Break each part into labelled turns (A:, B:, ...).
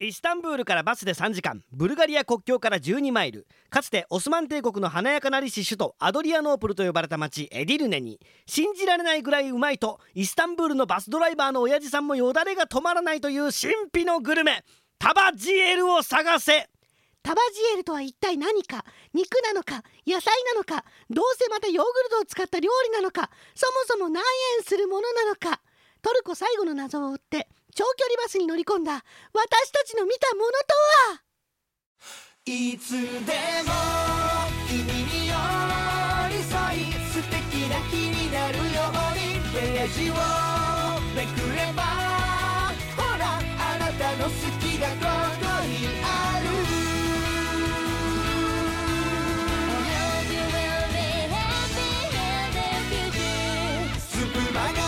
A: イスタンブールからバスで3時間ブルガリア国境から12マイルかつてオスマン帝国の華やかなりし首都アドリアノープルと呼ばれた町エディルネに信じられないぐらいうまいとイスタンブールのバスドライバーの親父さんもよだれが止まらないという神秘のグルメタバジエルを探せ
B: タバジエルとは一体何か肉なのか野菜なのかどうせまたヨーグルトを使った料理なのかそもそも何円するものなのかトルコ最後の謎を追って長距離バスに乗り込んだ私たちの見たものとはい
C: つでも君に寄り添い素敵な日になるようにページをめくればほらあなたの好きがここにある
D: You will be happy in the future.
C: スプマガ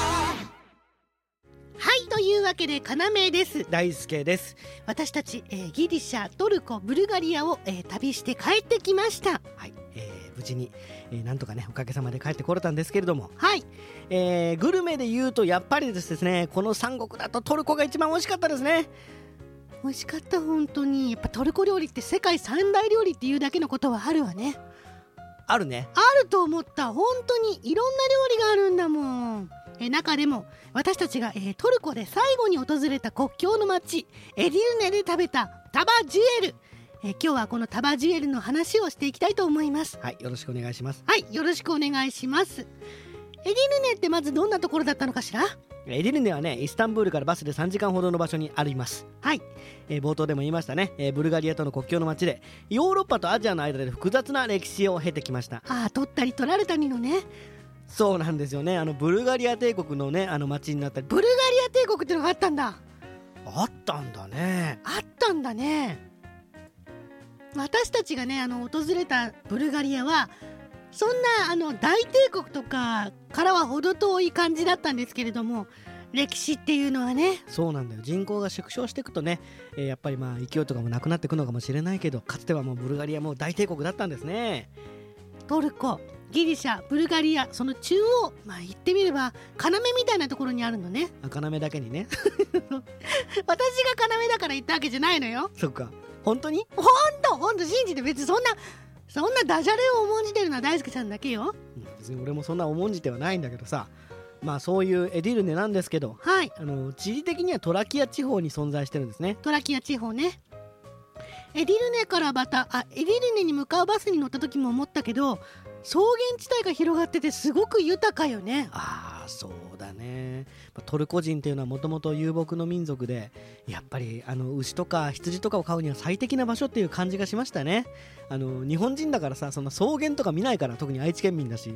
B: はいというわけで要です
A: 大輔です
B: 私たち、えーギリシャトルコブルガリアを、えー旅して帰ってきました
A: はい、えー無事に、えーなんとかねおかげさまで帰ってこれたんですけれども、
B: はい
A: えーグルメで言うとやっぱりですねこの三国だとトルコが一番美味しかったですね
B: 美味しかった本当にやっぱトルコ料理って世界三大料理っていうだけのことはあるわね
A: あるね
B: あると思った本当にいろんな料理があるんだもんえ中でも私たちが、えートルコで最後に訪れた国境の町エディルネで食べたタバジュエルえー今日はこのタバジュエルの話をしていきたいと思います
A: はいよろしくお願いします
B: はいよろしくお願いしますエディルネってまずどんなところだったのかしら
A: エディルネはねイスタンブールからバスで3時間ほどの場所にあります、
B: はい
A: えー冒頭でも言いましたね、えーブルガリアとの国境の町でヨーロッパとアジアの間で複雑な歴史を経てきました
B: ああ取ったり取られたりのね
A: そうなんですよねあのブルガリア帝国のねあの町になったり
B: ブルガリア帝国ってのがあったんだ
A: あったんだね
B: あったんだね私たちがねあの訪れたブルガリアはそんなあの大帝国とかからは程遠い感じだったんですけれども歴史っていうのはね
A: そうなんだよ人口が縮小していくとね、えーやっぱりまあ勢いとかもなくなっていくのかもしれないけどかつてはもうブルガリアも大帝国だったんですね
B: トルコギリシャブルガリアその中央まあ言ってみれば要みたいなところにあるのね
A: 赤なめだけにね
B: 私が要だから言ったわけじゃないのよ
A: そっか本当に
B: ほんとほんと信じて別にそんなそんなダジャレを重んじてるのは大輔さんだけよ
A: うん別に俺もそんな重んじてはないんだけどさまあそういうエディルネなんですけど
B: はい
A: あの地理的にはトラキア地方に存在してるんですね
B: トラキア地方ねエディルネからまたあエディルネに向かうバスに乗った時も思ったけど草原地帯が広がっててすごく豊かよね
A: ああそうだねまあトルコ人っていうのはもともと遊牧の民族でやっぱりあの牛とか羊とかを飼うには最適な場所っていう感じがしましたねあの日本人だからさそんな草原とか見ないから特に愛知県民だし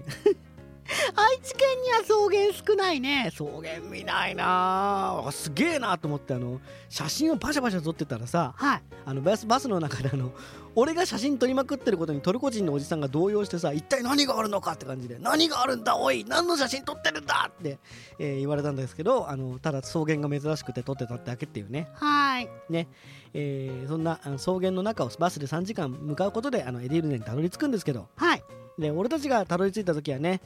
B: 愛知県には草原少ない ね
A: 草原見ないなあすげえなと思ってあの写真をパシャパシャ撮ってたらさ
B: はい
A: あのバスバスの中であの俺が写真撮りまくってることにトルコ人のおじさんが動揺してさ一体何があるのかって感じで何があるんだおい何の写真撮ってるんだって、えー言われたんですけどあのただ草原が珍しくて撮ってただけっていうね、
B: はい
A: えーそんなあの草原の中をバスで3時間向かうことであのエディールネにたどり着くんですけど
B: はい
A: で俺たちがたどり着いた時はね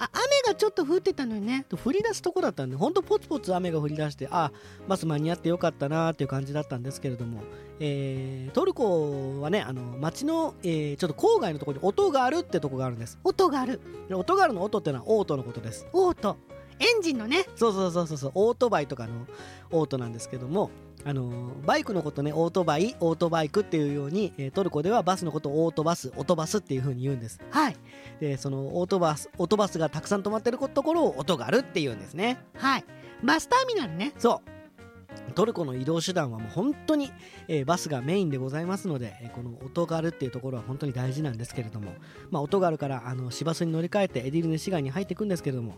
B: あ雨がちょっと降ってたのよね
A: 降り出すとこだったんでほんとポツポツ雨が降り出してあバス間に合ってよかったなっていう感じだったんですけれども、えートルコはねあの街の、えーちょっと郊外のところに音があるってとこがあるんです
B: 音がある
A: で音があるの音ってのはオートのことです
B: オートエンジンのね
A: そうそうそうそうそうオートバイとかのオートなんですけどもあのバイクのことねオートバイオートバイクっていうように、えートルコではバスのことをオートバスオトバスっていう風に言うんです
B: はい
A: でそのオートバスオトバスがたくさん止まってることころを音があるっていうんですね
B: はいバスターミナルね
A: そうトルコの移動手段はもう本当に、えーバスがメインでございますので、えーこの音があるっていうところは本当に大事なんですけれども、まあ、音があるからあの市バスに乗り換えてエディルネ市街に入っていくんですけれども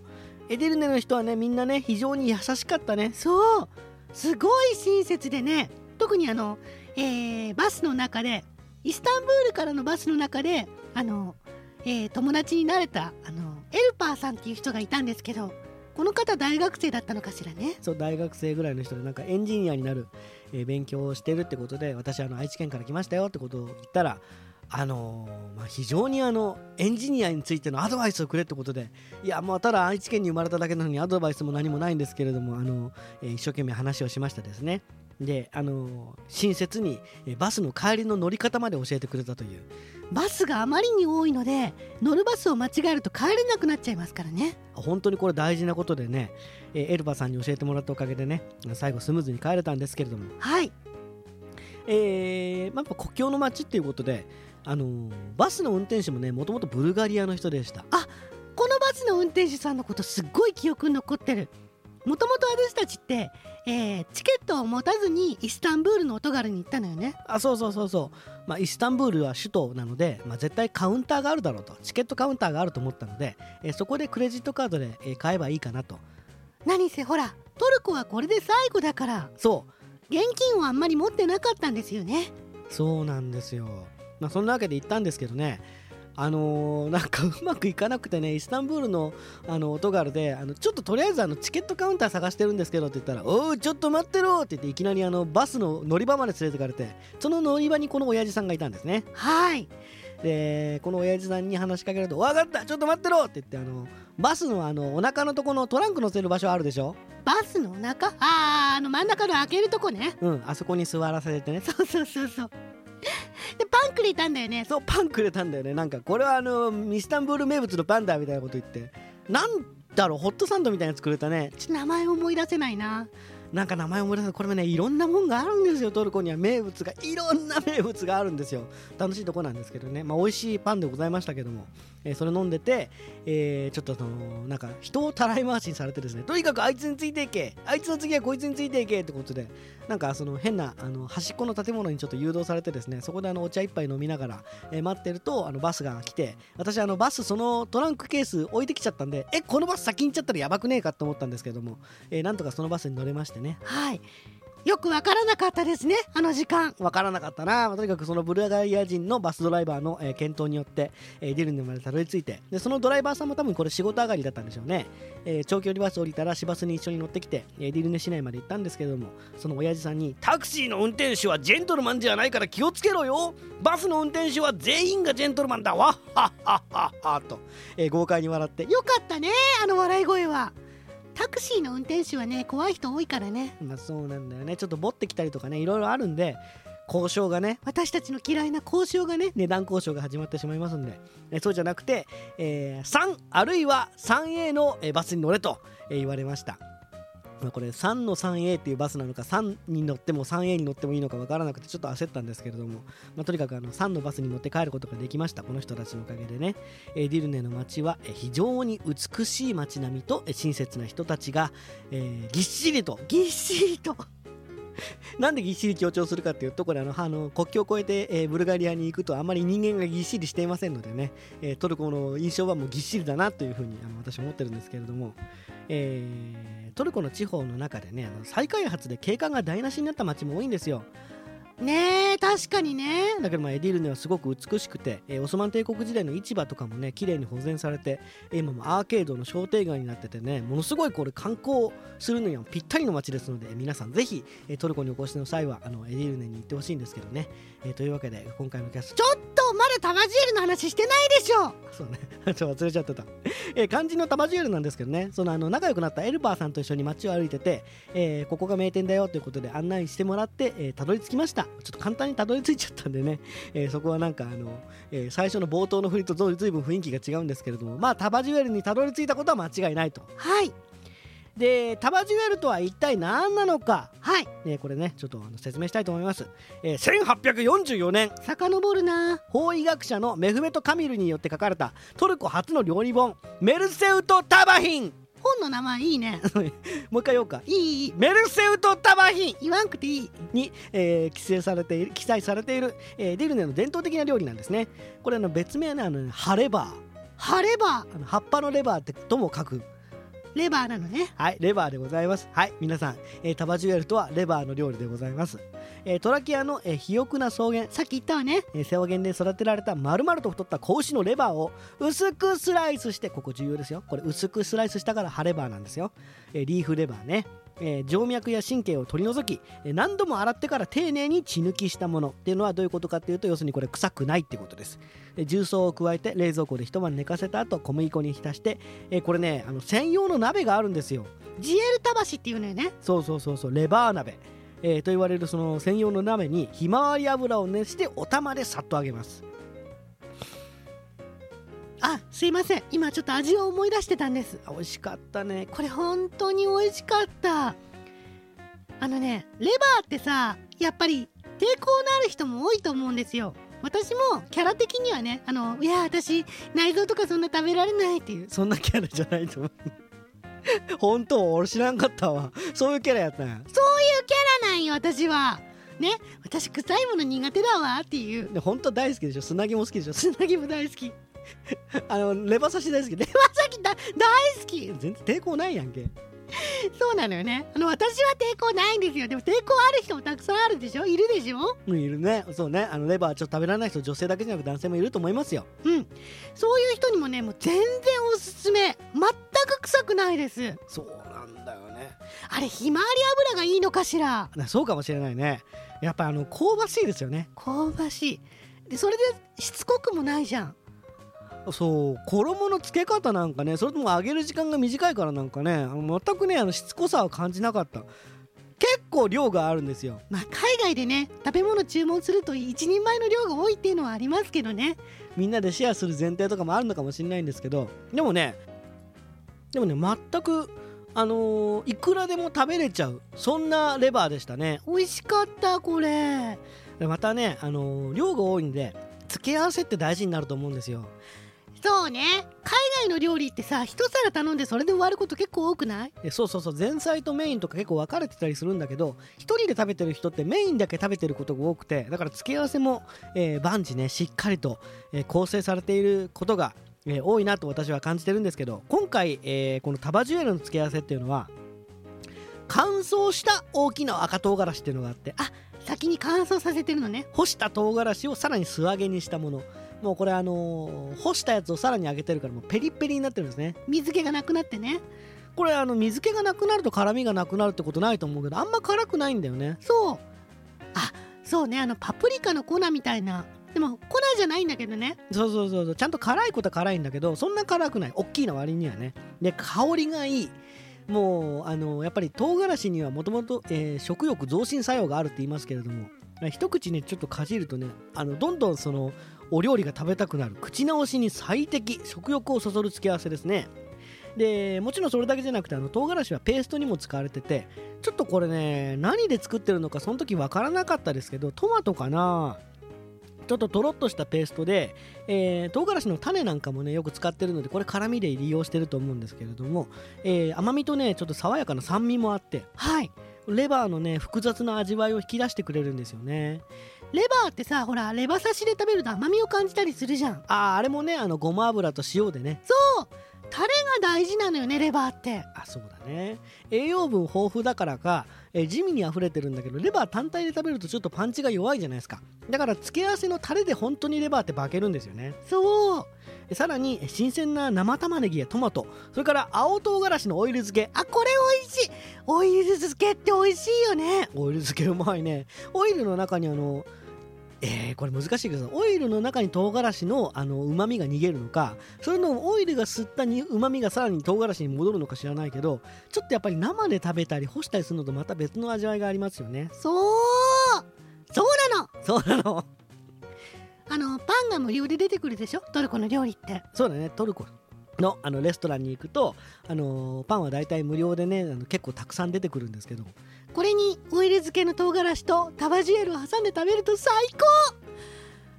A: エディルネの人はねみんなね非常に優しかったね
B: そうすごい親切でね特にあの、えーバスの中でイスタンブールからのバスの中であの、えー友達になれたあのエルパーさんっていう人がいたんですけどこの方大学生だったのかしらね
A: そう大学生ぐらいの人でなんかエンジニアになる、えー勉強をしてるってことで私あの愛知県から来ましたよってことを言ったらあのーまあ、非常にあのエンジニアについてのアドバイスをくれってことでいやまあただ愛知県に生まれただけなのにアドバイスも何もないんですけれども、あのーえー一生懸命話をしましたですねであのー親切にえーバスの帰りの乗り方まで教えてくれたという
B: バスがあまりに多いので乗るバスを間違えると帰れなくなっちゃいますからね
A: 本当にこれ大事なことでね、えーエルバさんに教えてもらったおかげでね最後スムーズに帰れたんですけれども、
B: はい
A: えーまあ、やっぱ国境の街っていうことで、あのーバスの運転手もねもともとブルガリアの人でした
B: このバスの運転手さんのことすっごい記憶に残ってるもともと私たちって、えーチケットを持たずにイスタンブールのおトガルに行ったのよね
A: あそうそうそうそう、まあ、イスタンブールは首都なので、まあ、絶対カウンターがあるだろうとチケットカウンターがあると思ったので、えーそこでクレジットカードで、えー買えばいいかなと
B: 何せほらトルコはこれで最後だから
A: そう
B: 現金をあんまり持ってなかったんですよね
A: そうなんですよ。まあ、そんなわけで行ったんですけどね、あのーなんかうまくいかなくてね、イスタンブールのあのオトガルで、あのちょっととりあえずあのチケットカウンター探してるんですけどって言ったら、おう、ちょっと待ってろって言って、いきなりあのバスの乗り場まで連れてかれて、その乗り場にこの親父さんがいたんですね。
B: はい
A: で、この親父さんに話しかけると、わかった、ちょっと待ってろって言って、あのバスのあのお腹のとこのトランク乗せる場所あるでしょ、
B: バスのお腹あーあの真ん中の開けるとこね
A: うん、あそこに座らせてね、
B: そうそうそうそうでパンくれたんだよね
A: そうパンくれたんだよねなんかこれはあのミスタンブール名物のパンだみたいなこと言ってなんだろうホットサンドみたいなやつくれたね
B: ちょっと名前思い出せないな
A: なんか名前思い出すこれもねいろんなもんがあるんですよトルコには名物がいろんな名物があるんですよ楽しいとこなんですけどねまあ美味しいパンでございましたけども、えーそれ飲んでて、えーちょっとそのなんか人をたらい回しにされてですねとにかくあいつについていけあいつの次はこいつについていけってことでなんかその変なあの端っこの建物にちょっと誘導されてですねそこであのお茶一杯飲みながら、えー待ってるとあのバスが来て私あのバスそのトランクケース置いてきちゃったんでえこのバス先に行っちゃったらやばくねえかと思ったんですけども、えーなんとかそのバスに乗れましてね
B: はいよくわからなかったですねあの時間
A: わからなかったな、まあとにかくそのブルガリア人のバスドライバーの、えー検討によって、えーディルネまでたどり着いてでそのドライバーさんも多分これ仕事上がりだったんでしょうね、えー長距離バス降りたら市バスに一緒に乗ってきて、えーディルネ市内まで行ったんですけれどもその親父さんに「タクシーの運転手はジェントルマンじゃないから気をつけろよバスの運転手は全員がジェントルマンだわっはっはっはっは」と、えー豪快に笑って
B: よかったねあの笑い声はタクシーの運転手はね怖い人多いからね
A: まあそうなんだよねちょっと持ってきたりとかねいろいろあるんで交渉がね
B: 私たちの嫌いな交渉がね
A: 値段交渉が始まってしまいますんで、えそうじゃなくて、えー3あるいは 3A の、えーバスに乗れと、えー言われました。まあこれ3の 3A っていうバスなのか3に乗っても 3A に乗ってもいいのか分からなくてちょっと焦ったんですけれども、まあとにかくあの3のバスに乗って帰ることができましたこの人たちのおかげでね、えーディルネの街はえー非常に美しい街並みとえー親切な人たちが、えーぎっしりと
B: ぎっしりと
A: なんでぎっしり強調するかっていうとこれあのあの国境を越えて、えーブルガリアに行くとあんまり人間がぎっしりしていませんのでね、えートルコの印象はもうぎっしりだなというふうにあの私は思ってるんですけれども、えートルコの地方の中でねあの再開発で景観が台無しになった街も多いんですよ
B: ねえ確かにね
A: だけどまあエディルネはすごく美しくて、えーオスマン帝国時代の市場とかもね綺麗に保全されてえー今もアーケードの商店街になっててねものすごいこれ観光するのにはぴったりの街ですのでえー皆さんぜひえートルコにお越しの際はあのエディルネに行ってほしいんですけどね、えーというわけで今回のキャス
B: ちょっとまだタマジエルの話してないでしょ
A: そうね ちょっと忘れちゃってた、えー肝心のタマジュエルなんですけどねそのあの仲良くなったエルバーさんと一緒に街を歩いてて、えーここが名店だよということで案内してもらって、えーたどり着きましたちょっと簡単にたどり着いちゃったんでね、 えーそこはなんかあの、えー最初の冒頭の振りとずいぶん雰囲気が違うんですけれどもまあタマジュエルにたどり着いたことは間違いないと
B: はい
A: でタマジュエルとは一体何なのか、
B: はい
A: ね、これねちょっとあの説明したいと思います、えー1844年
B: 遡るな
A: 法医学者のメフメト・カミルによって書かれたトルコ初の料理本「メルセウト・タバヒン
B: 本の名前いいね」
A: もう一回言おうか
B: いいいい
A: 「メルセウト・タバヒン
B: 言わんくていい」
A: に、えー記載されている記載されている、えーディルネの伝統的な料理なんですねこれあの別名はねあの葉レバー
B: 晴れば
A: あの葉っぱのレバーってとも書く
B: レバーなのね
A: はい、レバーでございます。はい、皆さん、えータバジュエルとはレバーの料理でございます。えートラキアの、えー、肥沃な草原、
B: さっき言ったわね
A: えー、瀬尾原で育てられた丸々と太った子牛のレバーを薄くスライスしてここ重要ですよこれ薄くスライスしたから葉レバーなんですよ、えーリーフレバーね、えー静脈や神経を取り除き、えー何度も洗ってから丁寧に血抜きしたものっていうのはどういうことかっていうと要するにこれ臭くないってことです、えー重曹を加えて冷蔵庫で一晩寝かせた後小麦粉に浸して、えーこれねあの専用の鍋があるんですよ
B: ジエルタバシっていうのよね
A: そうそうそうそうレバー鍋えーと言われるその専用の鍋にひまわり油を熱してお玉でさっと揚げます
B: あすいません今ちょっと味を思い出してたんです
A: あ美味しかったね
B: これ本当に美味しかったあのねレバーってさやっぱり抵抗のある人も多いと思うんですよ私もキャラ的にはねあのいや私内臓とかそんな食べられないっていう
A: そんなキャラじゃないと思う本当俺知らんかったわそういうキャラやったんや
B: キャラなんよ私はね私臭いもの苦手だわっていう
A: で本当大好きでしょ砂肝も好きでしょ
B: つなぎも大好き
A: あのレバ刺し大好きで
B: まさきだ大好き
A: 全然抵抗ないやんけ
B: そうなのよねあの私は抵抗ないんですよでも抵抗ある人もたくさんあるでしょいるでしょ
A: うんいるねそうねあのレバーちょっと食べられない人女性だけじゃなく男性もいると思いますよ
B: うん、そういう人にもねもう全然おすすめ全く臭くないです
A: そうなんだよね
B: あれひまわり油がいいのかしら
A: なそうかもしれないねやっぱあの香ばしいですよね
B: 香ばしいでそれでしつこくもないじゃん
A: そう衣のつけ方なんかねそれとも揚げる時間が短いからなんかねあの全くねあのしつこさは感じなかった結構量があるんですよ
B: まあ海外でね食べ物注文すると一人前の量が多いっていうのはありますけどね
A: みんなでシェアする前提とかもあるのかもしれないんですけどでもねでもね全くあのーいくらでも食べれちゃうそんなレバーでしたね
B: 美味しかったこれ
A: でまたね、あのー量が多いんで付け合わせって大事になると思うんですよ
B: そうね海外の料理ってさ一皿頼んでそれで終わること結構多くない
A: えそうそうそう前菜とメインとか結構分かれてたりするんだけど一人で食べてる人ってメインだけ食べてることが多くてだから付け合わせも、えー、万事ねしっかりと、えー構成されていることが、えー多いなと私は感じてるんですけど今回、えーこのタバジュエルの付け合わせっていうのは乾燥した大きな赤唐辛子っていうのがあって
B: 先に乾燥させてるのね
A: 干した唐辛子をさらに素揚げにしたものもうこれあのー干したやつをさらに揚げてるからもうペリッペリになってるんですね
B: 水気がなくなってね
A: これあの水気がなくなると辛みがなくなるってことないと思うけどあんま辛くないんだよね
B: そうあそうねあのパプリカの粉みたいなでも粉じゃないんだけどね
A: そうそうそうそうちゃんと辛いことは辛いんだけどそんな辛くない大きいの割にはねで香りがいいもうあのやっぱり唐辛子にはもともとえー食欲増進作用があるって言いますけれども一口ねちょっとかじるとねあのどんどんそのお料理が食べたくなる口直しに最適食欲をそそる付け合わせですねでもちろんそれだけじゃなくてあの唐辛子はペーストにも使われててちょっとこれね何で作ってるのかその時わからなかったですけどトマトかなちょっととろっとしたペーストで、えー唐辛子の種なんかもねよく使ってるのでこれ辛みで利用してると思うんですけれども、えー甘みとねちょっと爽やかな酸味もあって
B: はい
A: レバーのね複雑な味わいを引き出してくれるんですよね
B: レバーってさほらレバ刺しで食べると甘みを感じたりするじゃん
A: あーあれもねあのごま油と塩でね
B: そうタレが大事なのよねレバーって
A: あそうだね栄養分豊富だからか、えー地味に溢れてるんだけどレバー単体で食べるとちょっとパンチが弱いじゃないですかだから付け合わせのタレで本当にレバーって化けるんですよね
B: そう
A: えさらにえ新鮮な生玉ねぎやトマトそれから青唐辛子のオイル漬け
B: あこれ美味しいオイル漬けって美味しいよね
A: オイル漬けうまいねオイルの中にあのえー、これ難しいけどオイルの中に唐辛子のあの旨味が逃げるのかそれのオイルが吸ったに旨味がさらに唐辛子に戻るのか知らないけどちょっとやっぱり生で食べたり干したりするのとまた別の味わいがありますよね
B: そうそうなの
A: そうなの
B: あのパンが無料で出てくるでしょトルコの料理って
A: そうだねトルコのあのレストランに行くと、あのーパンは大体無料でねあの結構たくさん出てくるんですけど
B: これにオイル漬けの唐辛子とタバジエルを挟んで食べると最高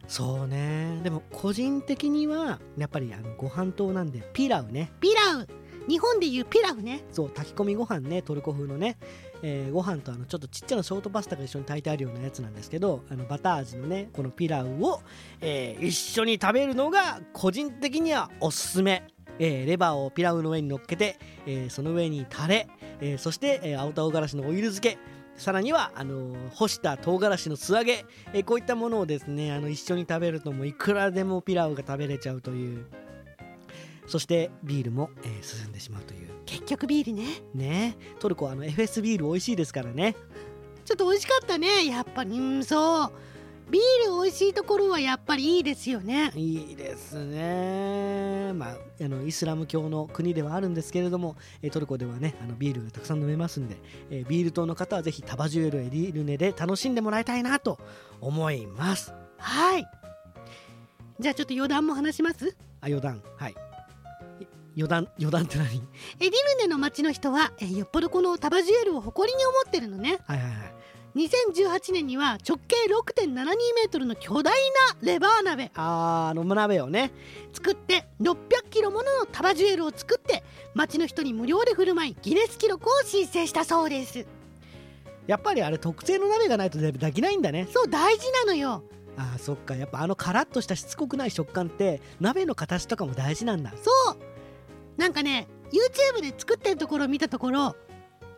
A: そうねでも個人的にはやっぱりあのご飯党なんでピラウね
B: ピラウ日本でいうピラウね
A: そう炊き込みご飯ねトルコ風のね、えーご飯とあのちょっとちっちゃなショートパスタが一緒に炊いてあるようなやつなんですけどあのバター味のねこのピラウを、えー一緒に食べるのが個人的にはおすすめ、えーレバーをピラウの上に乗っけて、えーその上にタレ、えーそして、えー青唐辛子のオイル漬けさらにはあのー干した唐辛子の素揚げ、えーこういったものをですねあの一緒に食べるともういくらでもピラウが食べれちゃうというそしてビールも、えー進んでしまうという
B: 結局ビールね
A: ねえトルコはあの FS ビール美味しいですからね
B: ちょっと美味しかったねやっぱりうんそうビール美味しいところはやっぱりいいですよね
A: いいですね、まあ、あのイスラム教の国ではあるんですけれどもえートルコではねあのビールがたくさん飲めますんで、えービール党の方はぜひタバジュエルエリルネで楽しんでもらいたいなと思います
B: はいじゃあちょっと余談も話します
A: あ余談はいい余談余談って何
B: エディルネの町の人は、えーよっぽどこのタバジュエルを誇りに思ってるのね
A: はいはいはい
B: 2018年には直径6.72メートルの巨大なレバー鍋
A: あーあの鍋をね
B: 作って600キロもののタバジュエルを作って町の人に無料で振る舞いギネス記録を申請したそうです
A: やっぱりあれ特製の鍋がないとできないんだね
B: そう大事なのよ
A: あーそっかやっぱあのカラッとしたしつこくない食感って鍋の形とかも大事なんだ
B: そうなんかね YouTube で作ってるところを見たところ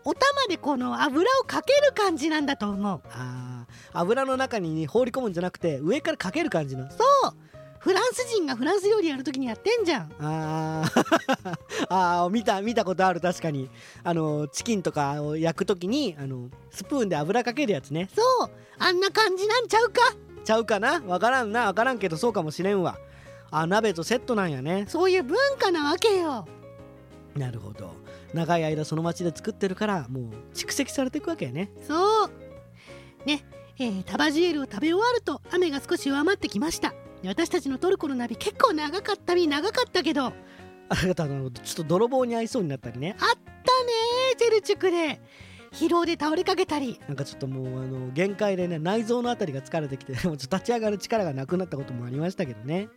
B: お玉でこの油をかける感じなんだと思う
A: あー油の中に放り込むんじゃなくて上からかける感じの
B: そうフランス人がフランス料理やるときにやってんじゃん
A: あー あー見た見たことある確かにあのチキンとかを焼くときにあのスプーンで油かけるやつね
B: そうあんな感じなんちゃうか
A: ちゃうかなわからんなわからんけどそうかもしれんわあ鍋とセットなんやね
B: そういう文化なわけよ
A: なるほど長い間その町で作ってるからもう蓄積されていくわけやね
B: そうねえータバジュエルを食べ終わると雨が少し弱まってきました私たちのトルコの旅結構長かったり長かったけどあっ
A: あなたあのちょっと泥棒に遭いそうになったりね
B: たねーチェルチュクで疲労で倒れかけたり
A: なんかちょっともうあの限界でね内臓のあたりが疲れてきてもうちょっと立ち上がる力がなくなったこともありましたけどね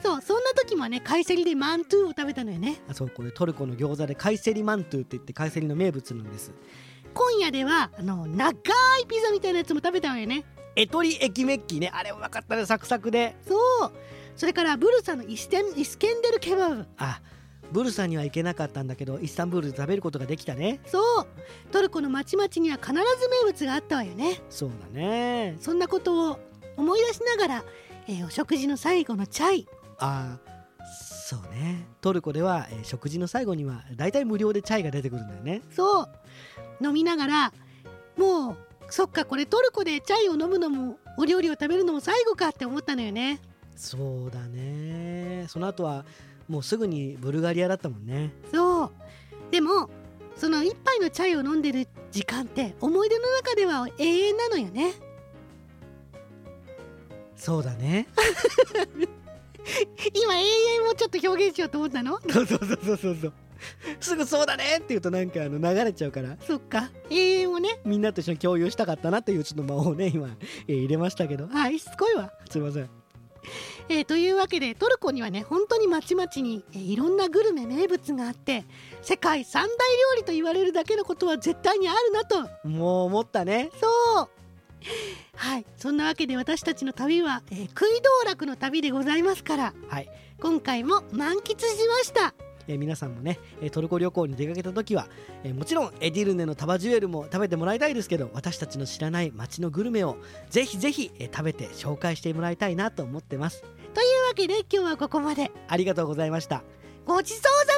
B: そうそんな時もねカイセリでマントゥーを食べたのよね
A: あそうこれトルコの餃子でカイセリマントゥって言ってカイセリの名物なんです
B: 今夜ではあの長いピザみたいなやつも食べたのよね
A: エトリエキメッキねあれうまかったねサクサクで
B: そうそれからブルサのイステンイスケンデルケバブ
A: あブルサには行けなかったんだけどイスタンブールで食べることができたね
B: そうトルコの町々には必ず名物があったわよね
A: そうだね
B: そんなことを思い出しながら、えーお食事の最後のチャイ
A: あそうねトルコでは、えー食事の最後には大体無料でチャイが出てくるんだよね
B: そう飲みながらもうそっかこれトルコでチャイを飲むのもお料理を食べるのも最後かって思ったのよね
A: そうだねその後はもうすぐにブルガリアだったもんね
B: そうでもその一杯のチャイを飲んでる時間って思い出の中では永遠なのよね
A: そうだね
B: 今永遠もちょっと表現しようと思ったの
A: そうそうそうそうそうそうすぐそうだねって言うとなんかあの流れちゃうから
B: そっか永遠をね
A: みんなと一緒に共有したかったなというちょっと間をね今、えー入れましたけど
B: はいしつこいわ
A: すいません
B: えーというわけでトルコにはね本当にまちまちに、えーいろんなグルメ名物があって世界三大料理と言われるだけのことは絶対にあるなと
A: もう思ったね
B: そうはいそんなわけで私たちの旅は、えー、食い道楽の旅でございますから
A: はい、
B: 今回も満喫しました
A: えー皆さんもね、えートルコ旅行に出かけた時は、えーもちろんエディルネのタバジュエルも食べてもらいたいですけど私たちの知らない街のグルメをぜひぜひ、えー食べて紹介してもらいたいなと思ってます
B: というわけで今日はここまで
A: ありがとうございました
B: ごちそうさま